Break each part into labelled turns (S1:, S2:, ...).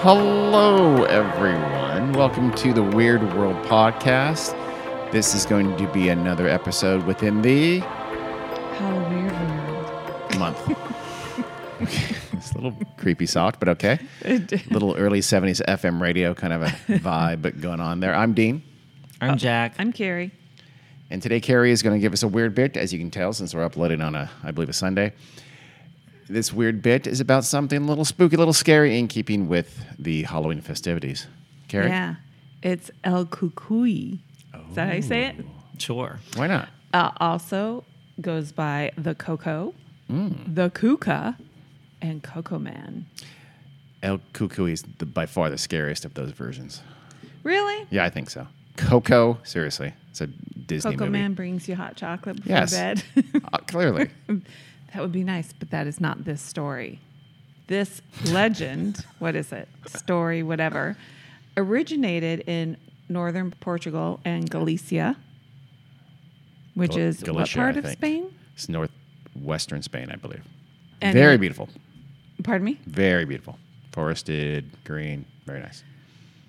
S1: Hello, everyone. Welcome to the Weird World Podcast. This is going to be another episode within the
S2: How weird world.
S1: month. it's a little creepy soft, but okay.
S2: It-
S1: Little early 70s FM radio kind of a vibe but going on there. I'm Dean,
S3: I'm Jack.
S2: I'm Carrie.
S1: and today Carrie is going to give us a weird bit, as you can tell, since we're uploading on a, I believe, a Sunday. This weird bit is about something a little spooky, a little scary in keeping with the Halloween festivities. Carrie?
S2: Yeah. It's El Cucuy. Is that how you say it?
S3: sure.
S1: Why not?
S2: Uh, also goes by the Coco,
S1: Mm.
S2: the Kuka, and Coco Man.
S1: El Cuckoo is the, by far the scariest of those versions.
S2: Really?
S1: Yeah, I think so. Coco, seriously, it's a Disney
S2: Coco
S1: movie.
S2: Man brings you hot chocolate before
S1: Yes.
S2: bed.
S1: Uh, clearly,
S2: that would be nice, but that is not this story. This legend, what is it? Story, whatever, originated in northern Portugal and Galicia, which
S1: Gal-
S2: is
S1: Galicia,
S2: what part
S1: I
S2: of
S1: think.
S2: Spain?
S1: it's northwestern Spain, I believe.
S2: And
S1: very
S2: it-
S1: beautiful,
S2: Pardon me?
S1: very beautiful, forested, green, very nice.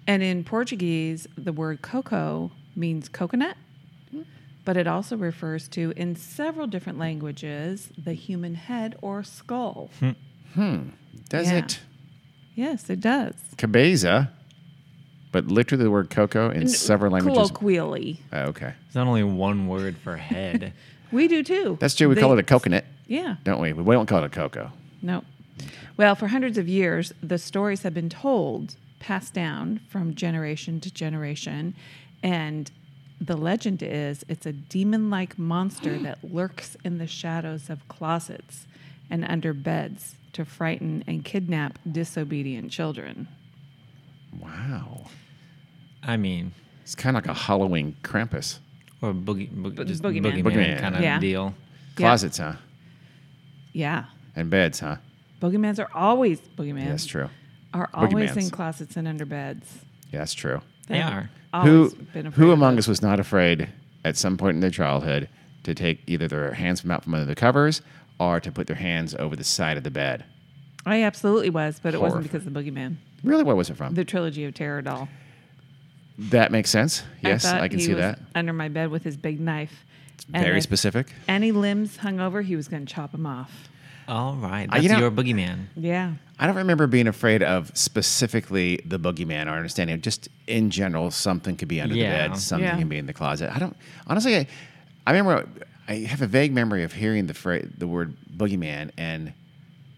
S2: And in Portuguese, the word coco means coconut, but it also refers to, in several different languages, the human head or skull.
S1: Hmm. Does
S2: Yeah.
S1: it
S2: Yes, it does.
S1: cabeza? But literally, the word coco in several languages.
S2: Colloquially.
S1: Oh, okay,
S3: There's not only one word for head.
S2: We do too.
S1: that's true. We call it a coconut,
S2: Yeah.
S1: don't we? We don't call it a coco.
S2: No. Well, for hundreds of years, the stories have been told, passed down from generation to generation. And the legend is it's a demon like monster that lurks in the shadows of closets and under beds to frighten and kidnap disobedient children.
S1: Wow,
S3: I mean,
S1: it's kind of like a Halloween Krampus.
S3: or boogie, boogie, just
S2: boogeyman.
S3: boogeyman,
S1: Boogeyman.
S3: kind of
S2: Yeah.
S3: deal.
S2: Yeah.
S1: Closets, huh?
S2: Yeah.
S1: And beds, huh?
S2: Bogeymans are always bogeymans.
S1: Yeah, that's true.
S2: Are always in
S1: Boogeymans.
S2: closets and under beds.
S1: Yeah, that's true.
S3: They are.
S2: Always
S1: who
S2: been afraid
S1: who
S2: of
S1: among
S2: those.
S1: us was not afraid at some point in their childhood to take either their hands from out from under the covers or to put their hands over the side of the bed?
S2: I absolutely was, but it wasn't
S1: Horrified.
S2: because of the boogeyman.
S1: Really, what was it from?
S2: The trilogy of terror doll.
S1: that makes sense. Yes, I,
S2: thought
S1: can
S2: he
S1: see
S2: was
S1: that.
S2: Under my bed with his big knife. And
S1: Very
S2: if
S1: specific.
S2: Any limbs hung over, he was going to chop them off.
S3: All right.
S1: Uh,
S3: That's
S1: you know-
S3: your boogeyman.
S2: Yeah.
S1: I don't remember being afraid of specifically the boogeyman or understanding it. Just in general, something could be under
S3: Yeah.
S1: the bed, something
S2: Yeah.
S1: can be in the closet. I don't honestly. I, I remember. I have a vague memory of hearing the phrase, the word boogeyman, and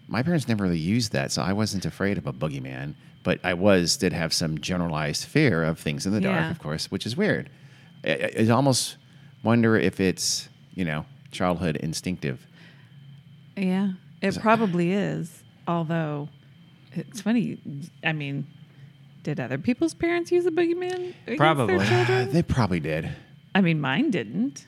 S1: my parents never really used that, so I wasn't afraid of a boogeyman. But I was did have some generalized fear of things in the dark,
S2: Yeah.
S1: of course, which is weird. I, I I almost wonder if it's you know childhood instinctive.
S2: Yeah. It probably is. Although it's funny. I mean, did other people's parents use a boogeyman? against their
S3: Probably.
S2: children?
S1: They probably did.
S2: I mean, mine didn't.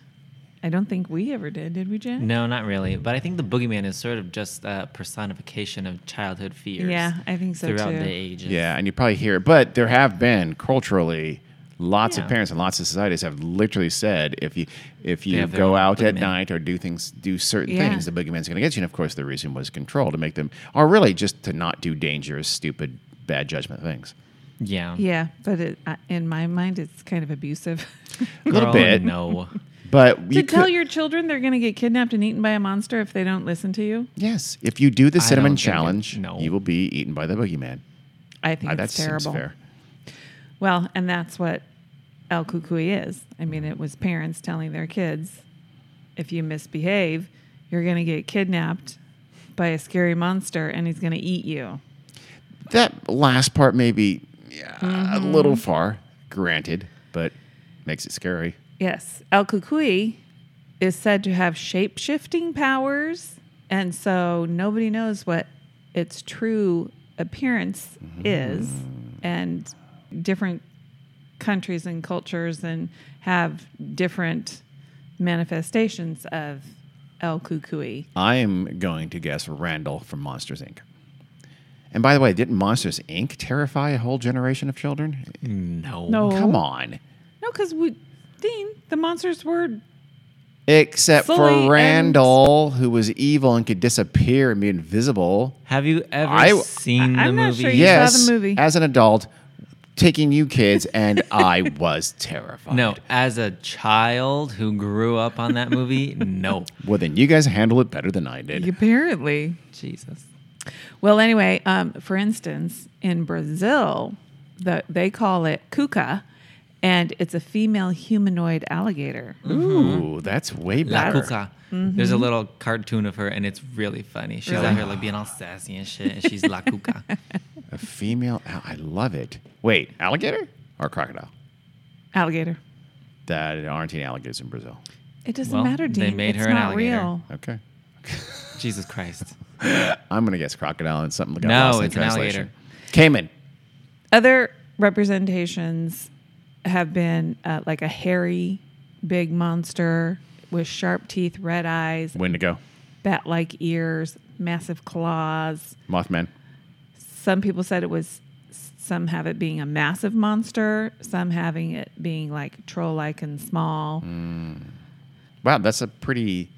S2: I don't think we ever did, did we, Jen?
S3: No, not really. But I think the boogeyman is sort of just a personification of childhood fears.
S2: Yeah, I think so
S3: Throughout
S2: too.
S3: the ages.
S1: Yeah, and you probably hear it. But there have been culturally lots
S3: Yeah.
S1: of parents and lots of societies have literally said if you if you
S3: have their
S1: go
S3: own
S1: out at
S3: boogeyman.
S1: night or do things do certain
S2: Yeah.
S1: things, the boogeyman's gonna get you. And of course the reason was control to make them or really just to not do dangerous, stupid, bad judgment things.
S3: Yeah.
S2: Yeah, but it, uh, in my mind, it's kind of abusive.
S1: A little
S3: Girl,
S1: bit.
S3: No.
S1: But
S2: to
S1: you
S2: tell
S1: could-
S2: your children they're going to get kidnapped and eaten by a monster if they don't listen to you,
S1: Yes. If you do the cinnamon
S3: don't think it-
S1: challenge,
S3: no.
S1: you will be eaten by the boogeyman.
S2: I think
S1: Uh, that
S2: it's
S1: seems
S2: terrible.
S1: fair.
S2: Well, and that's what El Cucuy is. I mean, it was parents telling their kids, if you misbehave, you're going to get kidnapped by a scary monster and he's going to eat you.
S1: That last part may be yeah, a little
S3: Mm-hmm.
S1: far, granted, but makes it scary.
S2: Yes. El Cucuy is said to have shape shifting powers. And so nobody knows what its true appearance
S1: Mm-hmm.
S2: is. And different countries and cultures and have different manifestations of El Cucuy.
S1: I'm going to guess Randall from Monsters Inc. And by the way, didn't Monsters Inc. terrify a whole generation of children?
S3: No.
S2: No.
S1: Come on.
S2: No, because we, Dean, the monsters were
S1: Except
S2: Sully
S1: for
S2: and-
S1: Randall, who was evil and could disappear and be invisible.
S3: Have you ever
S1: I-
S3: seen
S2: I- I'm
S3: the
S2: not
S3: movie?
S2: sure you-
S1: yes,
S2: saw the movie.
S1: as an adult, taking you kids, and I was terrified.
S3: No, as a child who grew up on that movie, no.
S1: Well, then you guys handle it better than I did.
S2: Apparently.
S3: Jesus.
S2: Well, anyway, um, for instance, in Brazil, the, they call it cuca, and it's a female humanoid alligator.
S1: Ooh, that's way
S3: La
S1: better.
S3: Cuca. There's a little cartoon of her, and it's really funny. She's out here like being all sassy and shit, and she's La Cuca.
S1: A female. al- I love it. Wait, alligator or crocodile?
S2: Alligator.
S1: That aren't any alligators in Brazil.
S2: It doesn't
S3: Well,
S2: matter,
S3: they
S2: Dean.
S3: made
S2: it's
S3: her an
S2: not
S3: alligator.
S2: real.
S1: Okay.
S3: Jesus Christ.
S1: I'm gonna guess crocodile and something that got
S3: No,
S1: lost in
S3: it's an
S1: translation.
S3: alligator.
S1: Cayman.
S2: Other representations have been uh, like a hairy, big monster with sharp teeth, red eyes,
S1: Wendigo.
S2: bat like ears, massive claws.
S1: Mothman.
S2: Some people said it was, some have it being a massive monster, some having it being like troll like and small.
S1: Wow, that's a pretty.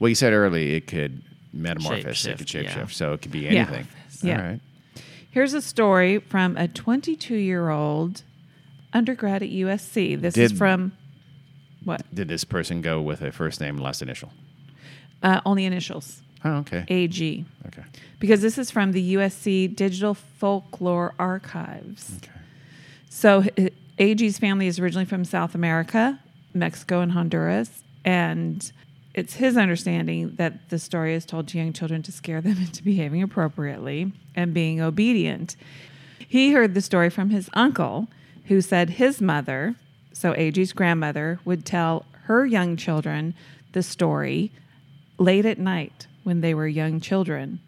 S1: Well, you said early it could metamorphose, it could
S3: Shapeshift,
S1: shapeshift,
S3: yeah.
S1: so it could be
S2: Yeah.
S1: anything.
S2: Yeah.
S1: All right.
S2: Here's a story from a 22 year old undergrad at USC. This is
S1: Did-
S2: from what?
S1: Did this person go with a first name, last initial?
S2: Uh, only initials
S1: Oh, okay.
S2: AG.
S1: Okay.
S2: Because this is from the USC Digital Folklore Archives.
S1: Okay.
S2: So h- AG's family is originally from South America, Mexico, and Honduras. And it's his understanding that the story is told to young children to scare them into behaving appropriately and being obedient. He heard the story from his uncle, who said his mother, so AG's grandmother, would tell her young children the story late at night when they were young children.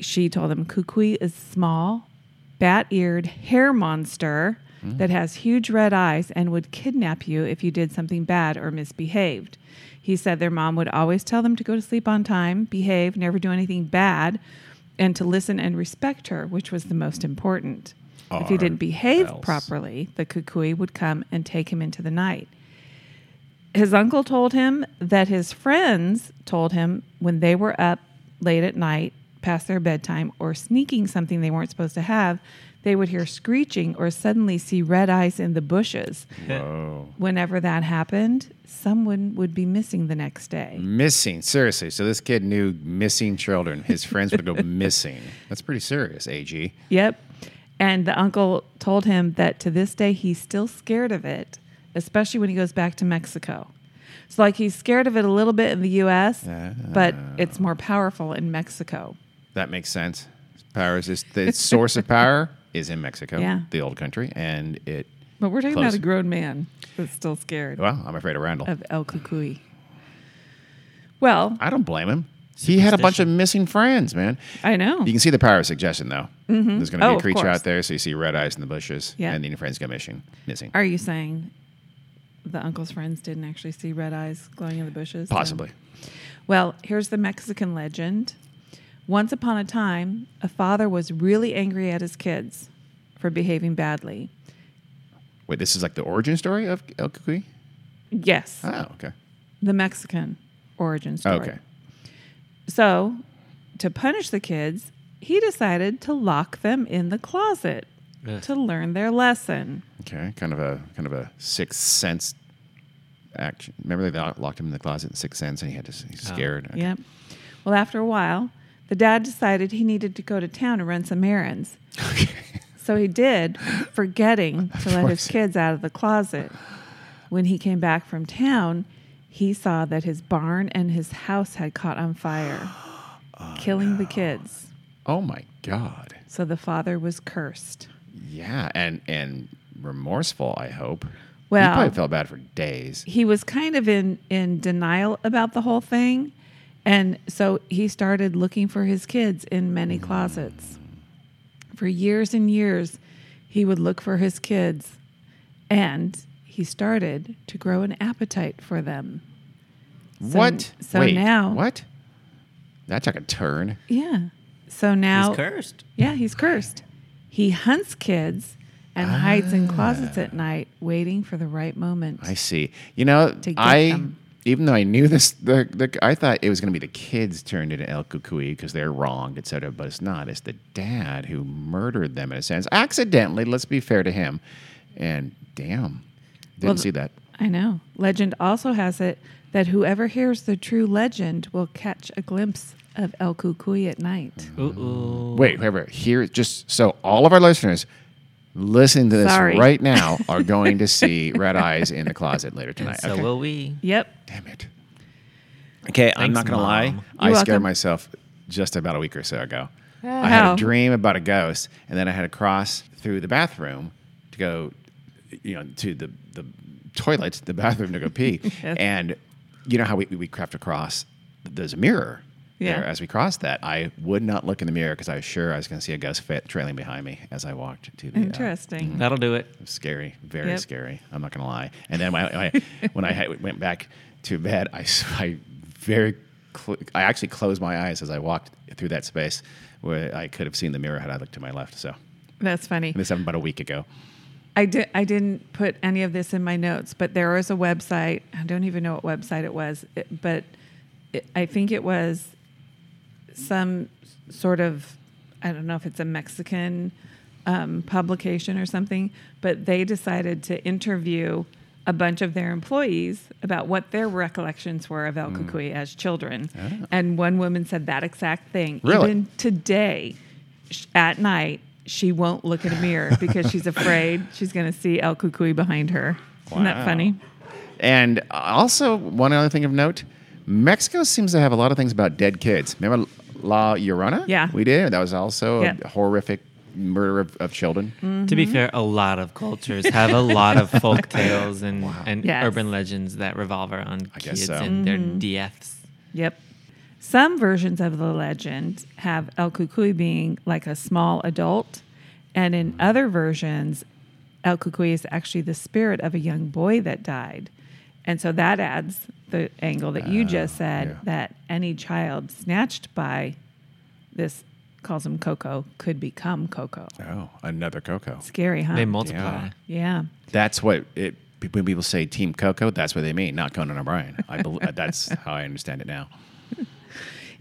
S2: She told them Kukui is small, bat eared hair monster that has huge red eyes and would kidnap you if you did something bad or misbehaved. He said their mom would always tell them to go to sleep on time, behave, never do anything bad, and to listen and respect her, which was the most important. if you
S1: Or
S2: didn't behave
S1: else.
S2: properly, the Kukui would come and take him into the night his uncle told him that his friends told him when they were up late at night, past their bedtime, or sneaking something they weren't supposed to have, they would hear screeching or suddenly see red eyes in the bushes.
S1: Whoa.
S2: Whenever that happened, someone would be missing the next day.
S1: Missing, seriously. So this kid knew missing children. His friends would go missing. That's pretty serious, AG.
S2: Yep. And the uncle told him that to this day he's still scared of it, especially when he goes back to Mexico. So, like, he's scared of it a little bit in the US, but it's more powerful in Mexico.
S1: That makes sense. His Power is just, the source of power is in Mexico,
S2: Yeah.
S1: the old country, and it.
S2: But we're talking
S1: Close.
S2: about a grown man that's still scared
S1: Well, I'm afraid of Randall.
S2: of El Cucuy. Well,
S1: I don't blame him. He had a bunch of missing friends, man.
S2: I know.
S1: You can see the power of suggestion, though. There's going to
S2: Oh,
S1: be a
S2: of
S1: creature
S2: course.
S1: out there, so you see red eyes in the bushes,
S2: Yeah.
S1: and then your friends go missing. Missing,
S2: Are you saying the uncle's friends didn't actually see red eyes glowing in the bushes?
S1: possibly.
S2: Well, here's the Mexican legend. Once upon a time, a father was really angry at his kids for behaving badly.
S1: Wait, this is like the origin story of El Cucuy.
S2: Yes,
S1: Oh, okay,
S2: the Mexican origin story.
S1: okay.
S2: So, to punish the kids, he decided to lock them in the closet
S3: Ugh.
S2: to learn their lesson.
S1: Okay, kind of a kind of a sixth sense action. Remember they lo- locked him in the closet in sixth sense, and he had to. He's
S2: Oh.
S1: scared. Okay.
S2: Yep. Well, after a while, the dad decided he needed to go to town and run some errands. So he did, forgetting to let his
S1: course.
S2: kids out of the closet. When he came back from town, he saw that his barn and his house had caught on fire, killing the kids.
S1: Oh my God.
S2: So the father was cursed.
S1: Yeah, and and remorseful. I hope. he
S2: Well-
S1: probably felt bad for days.
S2: he was kind of in in denial about the whole thing and so he started looking for his kids in many
S3: Mm.
S2: closets for years and years he would look for his kids and he started to grow an appetite for them So-
S1: what?
S2: so
S1: Wait,
S2: now-
S1: what? That took a turn.
S2: yeah so now
S3: He's cursed.
S2: yeah he's cursed he hunts kids and
S3: Ah.
S2: hides in closets at night waiting for the right moment
S1: I see. You know,
S2: to get
S1: I
S2: them.
S1: even though I knew this, the, the I thought it was going to be the kids turned into El Cucuy because they're wronged, et cetera, But it's not. It's the dad who murdered them in a sense, accidentally. Let's be fair to him. And damn, didn't
S2: Well,
S1: see that.
S2: I know. Legend also has it that whoever hears the true legend will catch a glimpse of El Cucuy at night.
S3: Mm-hmm. Ooh.
S1: Wait, whoever here, just so all of our listeners listen to this
S2: Sorry.
S1: right now are going to see Red Eyes in the closet later
S3: And
S1: tonight.
S3: so
S1: okay.
S3: will we.
S2: Yep.
S1: Damn it. Okay, I'm
S3: Thanks,
S1: not going to lie.
S3: Mom.
S1: I
S2: You're
S1: scared
S2: welcome.
S1: myself just about a week or so ago. I had
S2: Wow.
S1: a dream about a ghost, and then I had to cross through the bathroom to go, you know, to the, the toilet, the bathroom to go pee.
S2: Yes.
S1: And you know how we, we crept across? There's a mirror
S2: Yeah.
S1: there as we crossed that. I would not look in the mirror because I was sure I was going to see a ghost fa- trailing behind me as I walked to the uh,
S2: Interesting.
S3: That'll do it.
S1: scary, very
S2: Yep.
S1: scary. I'm not gonna lie. And then when I, I- when I had, went back to bed, I, s- I very cl- I actually closed my eyes as I walked through that space where I could have seen the mirror had I looked to my left. So
S2: That's funny.
S1: and this happened about a week ago.
S2: I did. I didn't put any of this in my notes, but there was a website. I don't even know what website it was, it- but it, I think it was some sort of. I don't know if it's a Mexican um, publication or something, but they decided to interview a bunch of their employees about what their recollections were of El Cucuy as children. And one woman said that exact thing.
S1: Really?
S2: Even today sh- at night she won't look in a mirror because she's afraid she's going to see El Cucuy behind her. Isn't
S1: Wow.
S2: that funny?
S1: And also one other thing of note: Mexico seems to have a lot of things about dead kids. Remember La Llorona?
S2: Yeah.
S1: we did. That was also
S2: Yep.
S1: a horrific murder of, of children.
S3: To be fair, a lot of cultures have a lot of folk tales and, and
S2: Yes.
S3: urban legends that revolve around
S1: guess
S3: kids
S1: so. Oh,
S3: and their deaths.
S2: Yep. Some versions of the legend have El Cucuy being like a small adult, and in other versions, El Cucuy is actually the spirit of a young boy that died. And so that adds the angle that you just said
S1: yeah.
S2: that any child snatched by this calls him Coco could become Coco.
S1: Oh, another Coco.
S2: Scary, huh?
S3: They multiply.
S1: Yeah.
S2: yeah.
S1: That's what it when people say Team Coco. That's what they mean, not Conan O'Brien. I bel that's how I understand it now.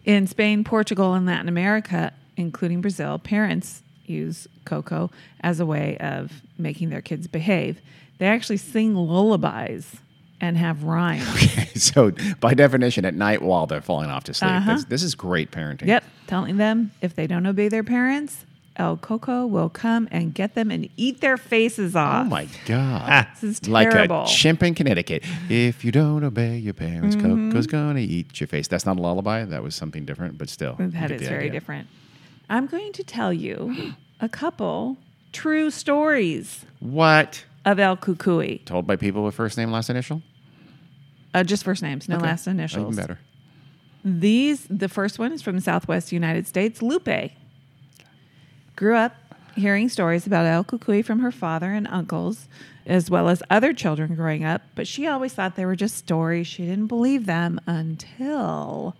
S2: In Spain, Portugal, and Latin America, including Brazil, parents use coco as a way of making their kids behave. They actually sing lullabies and have rhymes.
S1: so by definition, at night while they're falling off to sleep, that's, this is great parenting.
S2: Uh-huh. Yep, telling them if they don't obey their parents, El Coco will come and get them and eat their faces
S1: Oh
S2: off.
S1: my god.
S2: Ah, This is
S1: Like
S2: terrible.
S1: a chimp in Connecticut. If you don't obey your parents,
S2: Mm-hmm.
S1: Coco's gonna eat your face. That's not a lullaby. That was something different, but still. you
S2: That
S1: get
S2: is
S1: the
S2: very
S1: idea.
S2: different. I'm going to tell you a couple true stories
S1: What?
S2: of El Cucuy.
S1: Told by people with first name, last initial?
S2: Uh, just first names, no
S1: Okay.
S2: last initials.
S1: Even better.
S2: These, the first one is from Southwest United States. Lupe grew up hearing stories about El Cucuy from her father and uncles, as well as other children growing up, but she always thought they were just stories. She didn't believe them until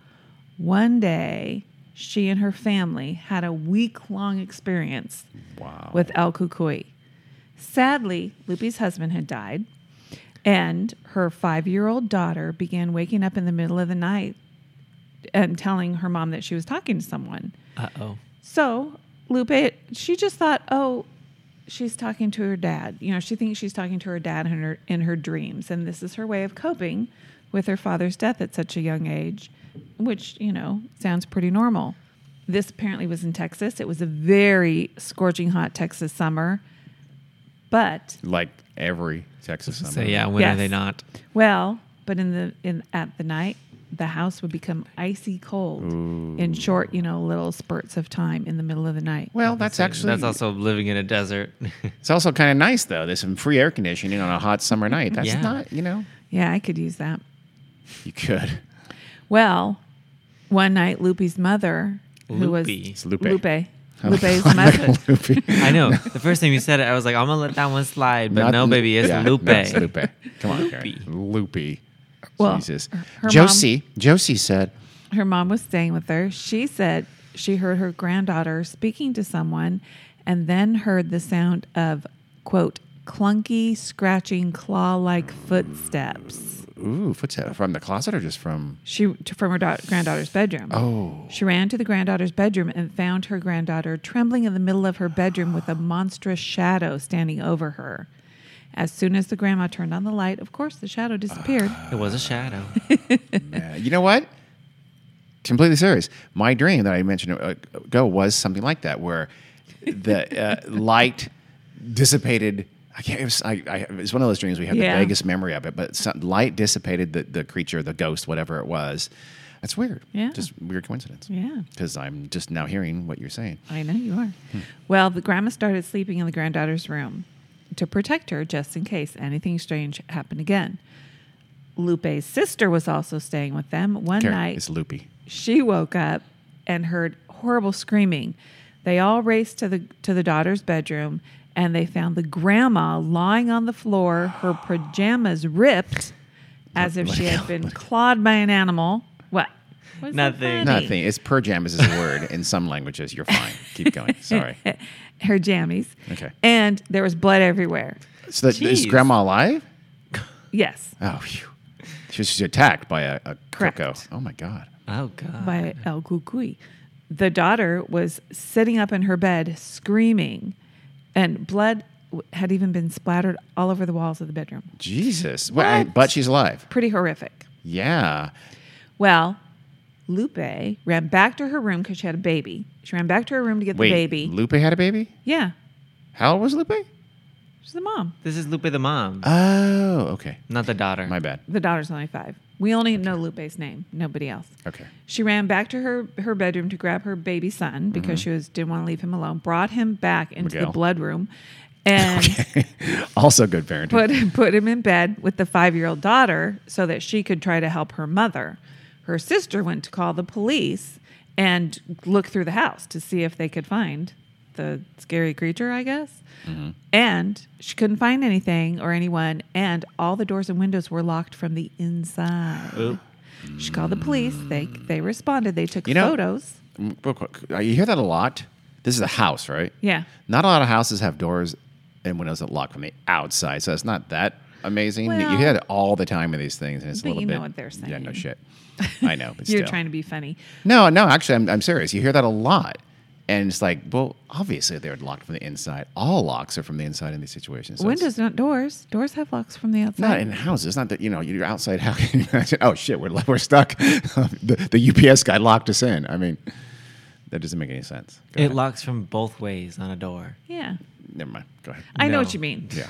S2: one day she and her family had a week long experience
S1: Wow.
S2: with El Cucuy. Sadly, Lupe's husband had died, and her five year old daughter began waking up in the middle of the night and telling her mom that she was talking to someone.
S3: Uh oh.
S2: So Lupe, she just thought, oh, she's talking to her dad. You know, she thinks she's talking to her dad in her in her dreams, and this is her way of coping with her father's death at such a young age, which you know sounds pretty normal. This apparently was in Texas. It was a very scorching hot Texas summer, but
S1: like every Texas summer.
S3: So yeah, when
S2: Yes.
S3: are they not?
S2: well, but in the in at the night, the house would become icy cold in short, you know, little spurts of time in the middle of the night.
S1: Well, that's actually
S3: That's also living in a desert.
S1: It's also kind of nice though. There's some free air conditioning on a hot summer night. That's
S3: Yeah.
S1: not, you know,
S2: Yeah, I could use that.
S1: you could.
S2: Well, one night Lupe's mother, who was
S3: Lupe. It's
S1: Lupe. Oh.
S2: Lupe, Lupe's mother,
S3: I know. The first time you said it, I was like, I'm gonna let that one slide, but
S1: Not-
S3: no, baby, it's
S1: yeah,
S3: Lupe.
S1: no, it's Lupe. Come on, Karen. Loopy.
S2: Well,
S1: Jesus.
S2: her
S1: Josie. Josie said,
S2: her mom was staying with her. She said she heard her granddaughter speaking to someone, and then heard the sound of quote clunky, scratching, claw-like footsteps.
S1: Ooh, footstep from the closet or just from?
S2: She t- from her da- granddaughter's bedroom.
S1: Oh,
S2: She ran to the granddaughter's bedroom and found her granddaughter trembling in the middle of her bedroom with a monstrous shadow standing over her. As soon as the grandma turned on the light, of course the shadow disappeared.
S3: It was a shadow.
S1: man. Uh, you know what? Completely serious. My dream that I mentioned uh, ago was something like that, where the uh, light dissipated. I can't. It was, I, I, it was one of those dreams we have
S2: Yeah.
S1: the vaguest memory of it, but some, light dissipated the, the creature, the ghost, whatever it was. That's weird.
S2: Yeah.
S1: Just weird coincidence.
S2: Yeah.
S1: Because I'm just now hearing what you're saying.
S2: I know you are. Well, the grandma started sleeping in the granddaughter's room to protect her just in case anything strange happened again. Lupe's sister was also staying with them. One
S1: Karen,
S2: night,
S1: It's loopy.
S2: She woke up and heard horrible screaming. They all raced to the to the daughter's bedroom and they found the grandma lying on the floor, her pajamas ripped as if she had been clawed by an animal. What? What's so
S3: Nothing.
S2: funny?
S1: Nothing. It's perjamas is a word in some languages. You're fine. Keep going. Sorry.
S2: Her jammies.
S1: Okay.
S2: And there was blood everywhere.
S1: So that, is
S3: Jeez.
S1: grandma alive?
S2: Yes.
S1: Oh, phew. She was just attacked by a, a
S2: Correct.
S1: cuckoo. Oh my god.
S3: Oh god.
S2: by El Cucuy. The daughter was sitting up in her bed screaming, and blood w- had even been splattered all over the walls of the bedroom.
S1: Jesus. Well, I-
S2: What?
S1: but she's alive.
S2: Pretty horrific.
S1: Yeah.
S2: Well, Lupe ran back to her room because she had a baby. She ran back to her room to get
S1: Wait.
S2: the baby.
S1: Lupe had a baby.
S2: yeah,
S1: How old was Lupe?
S2: she's the mom.
S3: This is Lupe the mom,
S1: Oh, okay.
S3: not the daughter.
S1: My bad.
S2: The daughter's only five. We only know Lupe's name, nobody else.
S1: Okay.
S2: She ran back to her, her bedroom to grab her baby son because she was didn't want to leave him alone. Brought him back into
S1: Mm-hmm. Miguel.
S2: the blood room, and
S1: also good parenting.
S2: put put him in bed with the five year old daughter so that she could try to help her mother. Her sister went to call the police and look through the house to see if they could find the scary creature, I guess.
S1: Mm-hmm.
S2: And she couldn't find anything or anyone, and all the doors and windows were locked from the inside.
S3: Oop.
S2: She called the police. They they responded. They took
S1: Oh. You know-
S2: photos.
S1: Mm, Real quick. uh, You hear that a lot. This is a house, right?
S2: Yeah.
S1: Not a lot of houses have doors and windows that lock from the outside, so it's not that amazing. you hear
S2: Well-
S1: it all the time with these things, and it's a
S2: But
S1: little
S2: you know
S1: bit.
S2: what they're
S1: Yeah, no
S2: saying.
S1: shit. I know. But
S2: You're
S1: still.
S2: trying to be funny.
S1: No, no, actually, I'm, I'm serious. You hear that a lot. And it's like, well, obviously they're locked from the inside. All locks are from the inside in these situations. So it's
S2: Windows, not doors. Doors have locks from the outside.
S1: Not in houses. Not that, you know, you're outside. How can you imagine? Oh, shit, we're, we're stuck. the, the UPS guy locked us in. I mean, that doesn't make any sense. Go
S3: It
S1: ahead.
S3: locks from both ways on a door.
S2: yeah.
S1: Never mind. Go ahead.
S2: I know
S3: No.
S2: what you mean.
S1: yeah.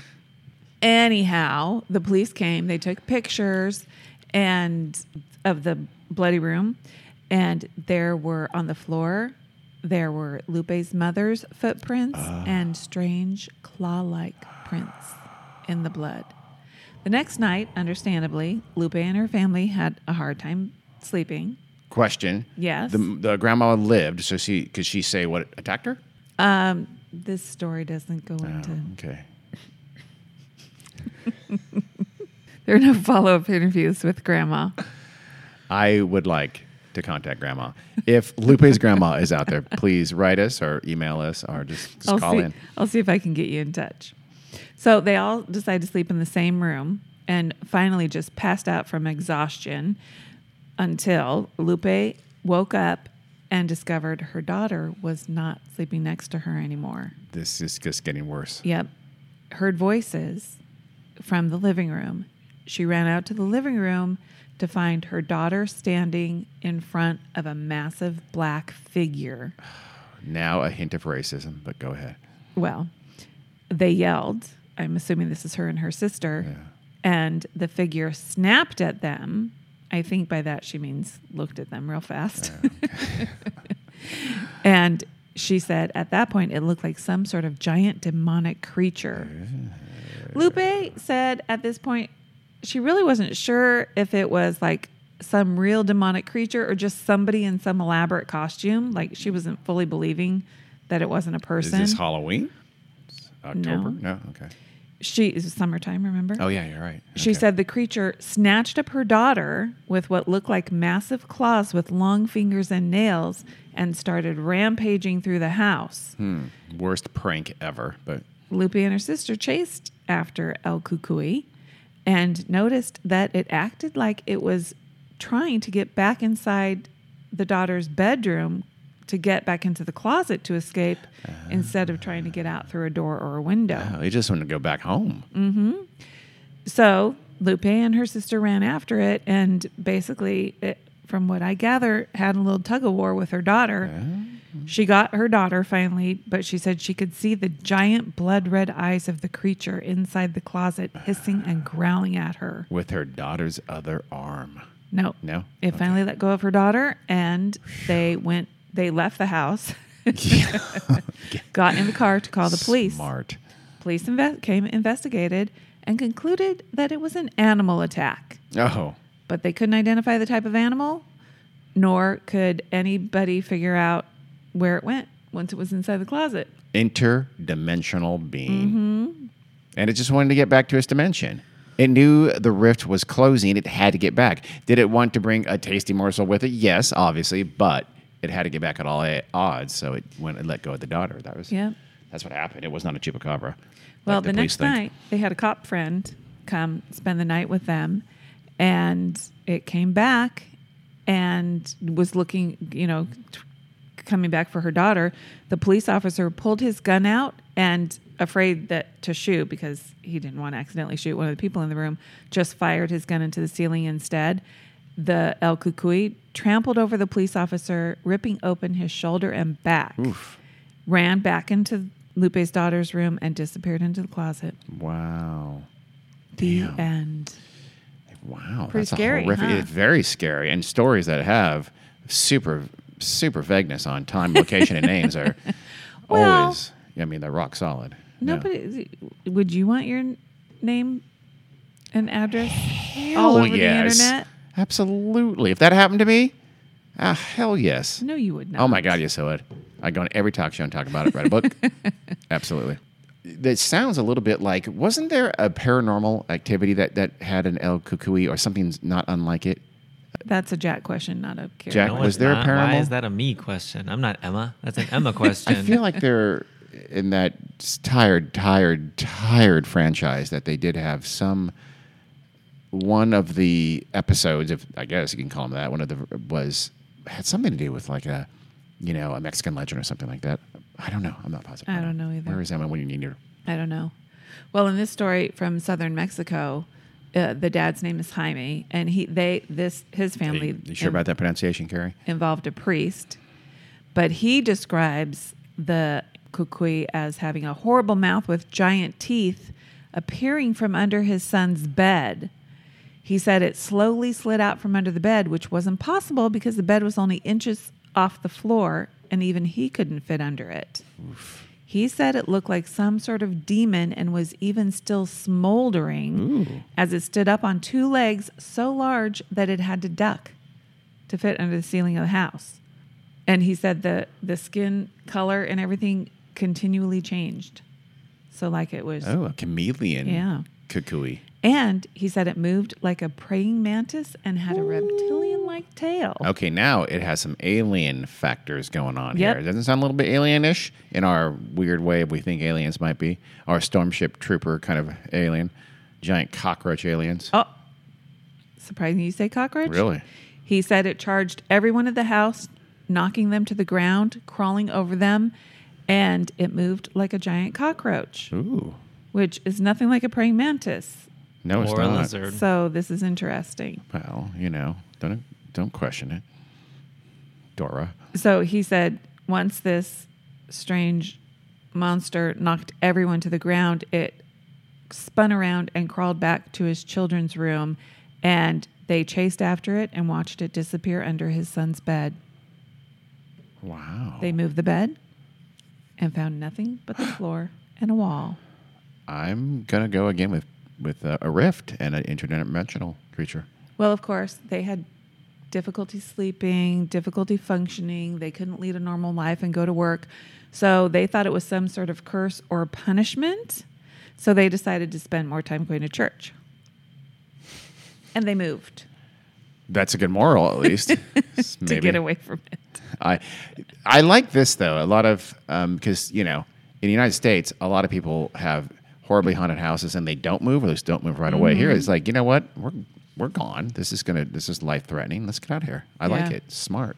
S2: anyhow the police came they took pictures and of the bloody room and there were on the floor there were lupe's mother's footprints and strange claw-like prints in the blood the next night understandably lupe and her family had a hard time sleeping
S1: Question.
S2: Yes.
S1: The, the grandma lived, so she could she say what attacked her?
S2: um, this story doesn't go into
S1: Okay.
S2: there are no follow-up interviews with grandma
S1: I would like to contact grandma. If Lupe's grandma is out there, please write us or email us or just, just call
S2: see,
S1: in.
S2: I'll see if I can get you in touch. So they all decide to sleep in the same room and finally just passed out from exhaustion until Lupe woke up and discovered her daughter was not sleeping next to her anymore.
S1: This is just getting worse.
S2: Yep. Heard voices from the living room. She ran out to the living room to find her daughter standing in front of a massive black figure.
S1: Now a hint of racism, but go ahead.
S2: Well, they yelled. I'm assuming this is her and her sister. And the figure snapped at them. I think by that she means looked at them real fast. and she said at that point it looked like some sort of giant demonic creature. Lupe said at this point she really wasn't sure if it was like some real demonic creature or just somebody in some elaborate costume. Like she wasn't fully believing that it wasn't a
S1: Is
S2: person.
S1: this Halloween? October? No. Oh, Okay.
S2: She is summertime, remember?
S1: Oh yeah, you're right.
S2: She
S1: Okay.
S2: said the creature snatched up her daughter with what looked like massive claws with long fingers and nails and started rampaging through the house.
S1: Hmm. worst prank ever, but
S2: Lupe and her sister chased after El Cucuy and noticed that it acted like it was trying to get back inside the daughter's bedroom to get back into the closet to escape
S1: Ah.
S2: instead of trying to get out through a door or a window.
S1: Oh, he just wanted to go back home.
S2: Mm. So Lupe and her sister ran after it, and basically, it, from what I gather, had a little tug of war with her daughter. She got her daughter finally, but she said she could see the giant blood red eyes of the creature inside the closet, hissing and growling at her.
S1: With her daughter's other arm.
S2: No,
S1: No?
S2: It finally let go of her daughter, and they went. They left the house, got in the car to call the police.
S1: Smart.
S2: Police inve- came, investigated, and concluded that it was an animal attack
S1: Oh.
S2: but they couldn't identify the type of animal, nor could anybody figure out where it went once it was inside the closet.
S1: interdimensional being.
S2: Mm-hmm.
S1: And it just wanted to get back to its dimension. It knew the rift was closing. It had to get back. Did it want to bring a tasty morsel with it? Yes, obviously, but it had to get back at all a- odds. So it went and let go of the daughter. That was
S2: Yep.
S1: That's what happened. It was not a chupacabra.
S2: Well,
S1: like
S2: the,
S1: police
S2: next
S1: think.
S2: night they had a cop friend come spend the night with them, and it came back and was looking, you know, t- coming back for her daughter. The police officer pulled his gun out and, afraid that to shoot because he didn't want to accidentally shoot one of the people in the room, just fired his gun into the ceiling instead. The El Cucuy trampled over the police officer, ripping open his shoulder and back ran back into Lupe's daughter's room and disappeared into the closet.
S1: Wow.
S2: The end.
S1: Wow,
S2: Pretty
S1: that's a
S2: scary,
S1: horrific.
S2: huh?
S1: It's very scary, and stories that have super, super vagueness on time, location, and names are
S2: Well-
S1: always. I mean, they're rock solid. Yeah.
S2: Nobody. Would you want your n- name and address all
S1: Hell
S2: over
S1: Oh, yes.
S2: the internet?
S1: Absolutely. If that happened to me, ah, hell yes.
S2: No, you would not.
S1: Oh my God, yes, I would. I go on every talk show and talk about it, write a book. Absolutely. That sounds a little bit like wasn't there a paranormal activity that, that had an El Cucuy or something not unlike it?
S2: That's a Jack question, not a Karen.
S1: Jack-
S3: No,
S1: was
S3: it's
S1: there a
S3: not. Why
S1: paranormal-
S3: is that a me question? I'm not Emma. That's an Emma question.
S1: I feel like they're in that s- tired, tired, tired franchise that they did have some. One of the episodes, if I guess you can call them that, one of the was had something to do with like a, you know, a Mexican legend or something like that. I don't know. I'm not positive.
S2: I don't know either.
S1: Where is Emma when you need her?
S2: I don't know. Well, in this story from southern Mexico, uh, the dad's name is Jaime, and he they this his family.
S1: You, you sure
S2: in-
S1: about that pronunciation, Carrie?
S2: involved a priest, but he describes the kukui as having a horrible mouth with giant teeth appearing from under his son's bed. He said it slowly slid out from under the bed, which wasn't possible because the bed was only inches off the floor and even he couldn't fit under it. He said it looked like some sort of demon and was even still smoldering as it stood up on two legs so large that it had to duck to fit under the ceiling of the house. And he said the the skin color and everything continually changed. So like it was
S1: Oh, a chameleon.
S2: Yeah.
S1: Kukui.
S2: and he said it moved like a praying mantis and had a reptilian like tail.
S1: Okay, now it has some alien factors going on
S2: Yep.
S1: here. Doesn't it sound a little bit alienish in our weird way we think aliens might be. Our stormship trooper kind of alien, giant cockroach aliens.
S2: Oh. Surprising you say cockroach?
S1: Really?
S2: He said it charged everyone at the house, knocking them to the ground, crawling over them, and it moved like a giant cockroach,
S1: Ooh,
S2: which is nothing like a praying mantis.
S1: no, it's
S3: or a
S1: not.
S3: lizard.
S2: So this is interesting.
S1: Well, you know, don't don't question it, Dora.
S2: So he said once this strange monster knocked everyone to the ground, it spun around and crawled back to his children's room, and they chased after it and watched it disappear under his son's bed.
S1: Wow,
S2: They moved the bed and found nothing but the floor and a wall.
S1: I'm gonna go again with with uh, a rift and an interdimensional creature.
S2: Well, of course, they had difficulty sleeping, difficulty functioning. They couldn't lead a normal life and go to work. So they thought it was some sort of curse or punishment. So they decided to spend more time going to church. And they moved
S1: That's a good moral, at least.
S2: to
S1: Maybe.
S2: get away from it.
S1: I um, I like this though. A lot of because you know in the United States, a lot of people have horribly haunted houses and they don't move, or they just don't move right away. Here, it's
S2: Mm-hmm.
S1: like you know what, we're we're gone. This is gonna this is life threatening. Let's get out of here. I like
S2: Yeah.
S1: it. Smart.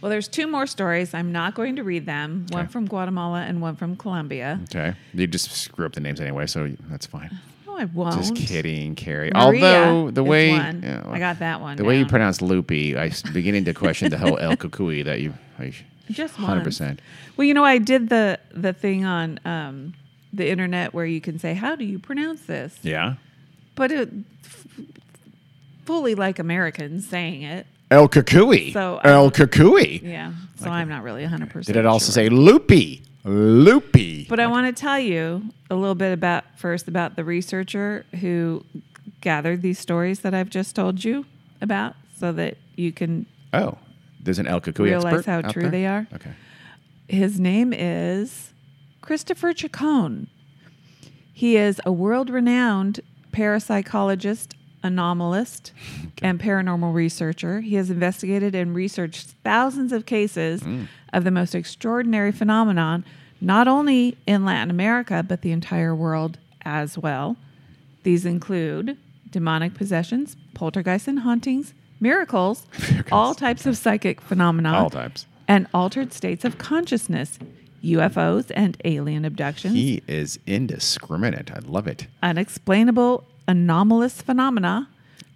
S2: Well, there's two more stories. I'm not going to read them. One
S1: Okay.
S2: from Guatemala and one from Colombia.
S1: Okay, you just screw up the names anyway, so that's fine.
S2: No, I won't.
S1: Mm. Just kidding, Carrie.
S2: Maria
S1: Although the
S2: is
S1: way
S2: one.
S1: Yeah,
S2: I got that one
S1: The way you
S2: down.
S1: pronounce loopy, I s- beginning to question the whole El Cucuy that you. I,
S2: Just one.
S1: hundred percent.
S2: Well, you know, I did the the thing on um, the internet where you can say, "How do you pronounce this?"
S1: Yeah.
S2: But it f- fully like Americans saying it.
S1: El Cucuy.
S2: So, um, I-
S1: El Cucuy.
S2: Yeah. So I'm not really 100%.
S1: Did it also
S2: sure.
S1: say loopy? Loopy.
S2: But I want to tell you a little bit about first about the researcher who gathered these stories that I've just told you about so that you can
S1: oh, there's an El Cucuy
S2: Realize
S1: expert
S2: how
S1: out
S2: true
S1: there?
S2: they are?
S1: Okay.
S2: His name is Christopher Chacon. He is a world renowned parapsychologist, anomalist, and paranormal researcher. He has investigated and researched thousands of cases
S1: Mm.
S2: of the most extraordinary phenomenon, not only in Latin America, but the entire world as well. These include demonic possessions, poltergeists and hauntings, miracles, all types of psychic phenomena,
S1: All types.
S2: and altered states of consciousness, UFOs and alien abductions,
S1: He is indiscriminate. I love it.
S2: unexplainable anomalous phenomena,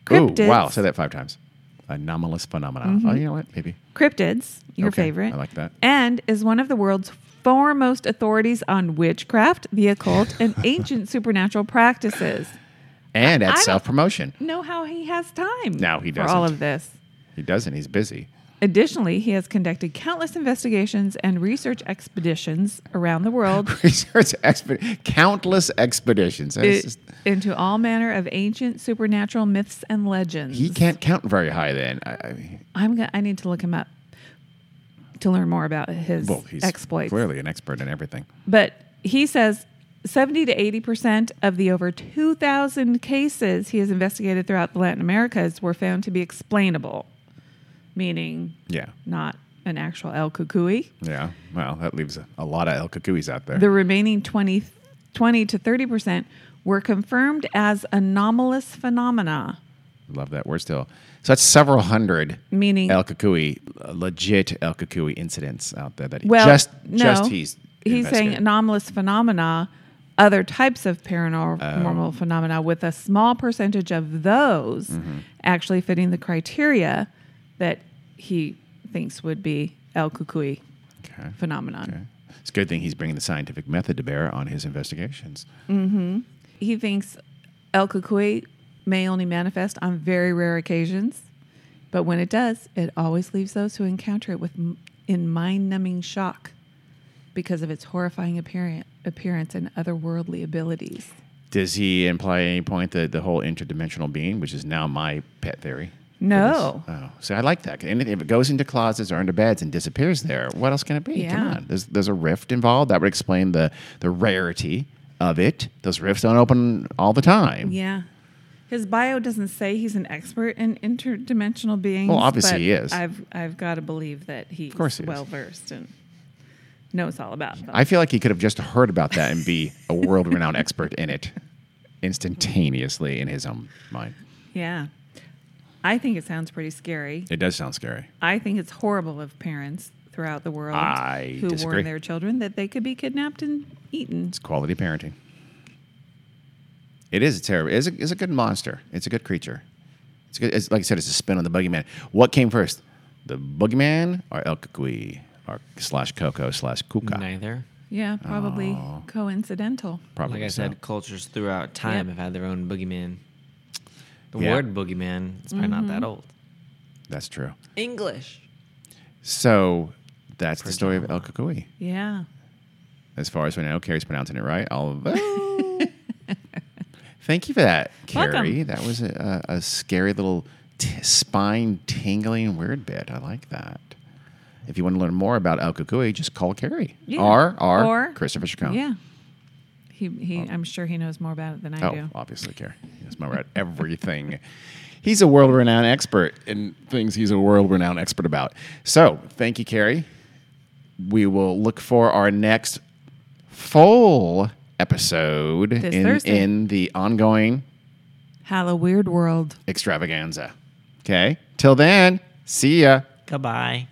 S2: cryptids, Mm-hmm.
S1: Ooh, wow. Say that five times. Anomalous phenomena. Oh, you know what? Maybe.
S2: cryptids, your
S1: Okay,
S2: favorite.
S1: I like that.
S2: And is one of the world's foremost authorities on witchcraft, the occult, and ancient supernatural practices.
S1: And
S2: I
S1: at
S2: don't-
S1: self promotion.
S2: Know how he has time?
S1: No, he
S2: For all
S1: doesn't.
S2: of this.
S1: He doesn't. He's busy.
S2: Additionally, he has conducted countless investigations and research expeditions around the world
S1: Research exped- countless expeditions. That's
S2: i-
S1: just-
S2: into all manner of ancient supernatural myths and legends.
S1: he can't count very high then. I, I mean,
S2: I'm gonna, I need to look him up to learn more about his
S1: well, he's
S2: exploits.
S1: clearly an expert in everything.
S2: But he says 70 to 80% of the over 2,000 cases he has investigated throughout the Latin Americas were found to be explainable, meaning
S1: Yeah.
S2: not an actual El Cucuy.
S1: Yeah. Well, that leaves a, a lot of El Cucuys out there.
S2: The remaining 20, 20 to 30% were confirmed as anomalous phenomena,
S1: Love that word still. So that's several hundred
S2: meaning
S1: El Cucuy, uh, legit El Cucuy incidents out there that he
S2: Well,
S1: just,
S2: no,
S1: just he's.
S2: he's saying
S1: investigated.
S2: anomalous phenomena, other types of
S1: Oh.
S2: paranormal phenomena, with a small percentage of those
S1: Mm-hmm.
S2: actually fitting the criteria that he thinks would be El Cucuy
S1: Okay.
S2: phenomenon.
S1: Okay. It's a good thing he's bringing the scientific method to bear on his investigations.
S2: He thinks El Cucuy may only manifest on very rare occasions, but when it does, it always leaves those who encounter it with m- in mind-numbing shock because of its horrifying appearance, appearance and otherworldly abilities.
S1: Does he imply at any point that the whole interdimensional being, which is now my pet theory? for
S2: No.
S1: this- Oh, see, I like that. And if it goes into closets or under beds and disappears there, what else can it be? Come
S2: Yeah.
S1: on. There's, there's a rift involved. That would explain the, the rarity of it. Those rifts don't open all the time.
S2: Yeah. His bio doesn't say he's an expert in interdimensional beings.
S1: Well, obviously
S2: but
S1: he is.
S2: I've I've got to believe that he's
S1: course he is.
S2: well versed and knows all about them.
S1: I feel like he could have just heard about that and be a world renowned expert in it instantaneously in his own mind.
S2: yeah. I think it sounds pretty scary.
S1: It does sound scary.
S2: I think it's horrible of parents throughout the world
S1: I
S2: who
S1: disagree.
S2: warn their children that they could be kidnapped and eaten.
S1: It's quality parenting. It is a terrible. It's a, it's a good monster. It's a good creature. It's, a good, it's like I said. It's a spin on the boogeyman. What came first, the boogeyman or El Cucuy or slash Coco slash Kuka?
S3: Neither.
S2: Yeah, probably
S1: Oh.
S2: coincidental.
S1: Probably.
S3: like I
S1: so.
S3: said, cultures throughout time
S2: Yep.
S3: have had their own boogeyman. The
S1: Yeah.
S3: word boogeyman is probably not that old.
S1: that's true.
S3: English.
S1: So that's the story of El Cucuy.
S2: Yeah.
S1: As far as we know, Carrie's pronouncing it right. All of Thank you for that, Carrie.
S2: Welcome.
S1: That was a, a a scary little t- spine tingling weird bit. I like that. If you want to learn more about El Cucuy, just call Carrie
S2: Yeah.
S1: or, or
S2: Or-
S1: Christopher Chacon.
S2: Yeah. He, he I'm sure he knows more about it than I
S1: Oh,
S2: do.
S1: obviously, Carrie. He's my right. Everything. He's a world renowned expert in things he's a world renowned expert about. So, thank you, Carrie. We will look for our next full episode
S2: This
S1: in,
S2: Thursday.
S1: in the ongoing
S2: Hello, Weird World.
S1: extravaganza. Okay. Till then, see ya.
S4: Goodbye.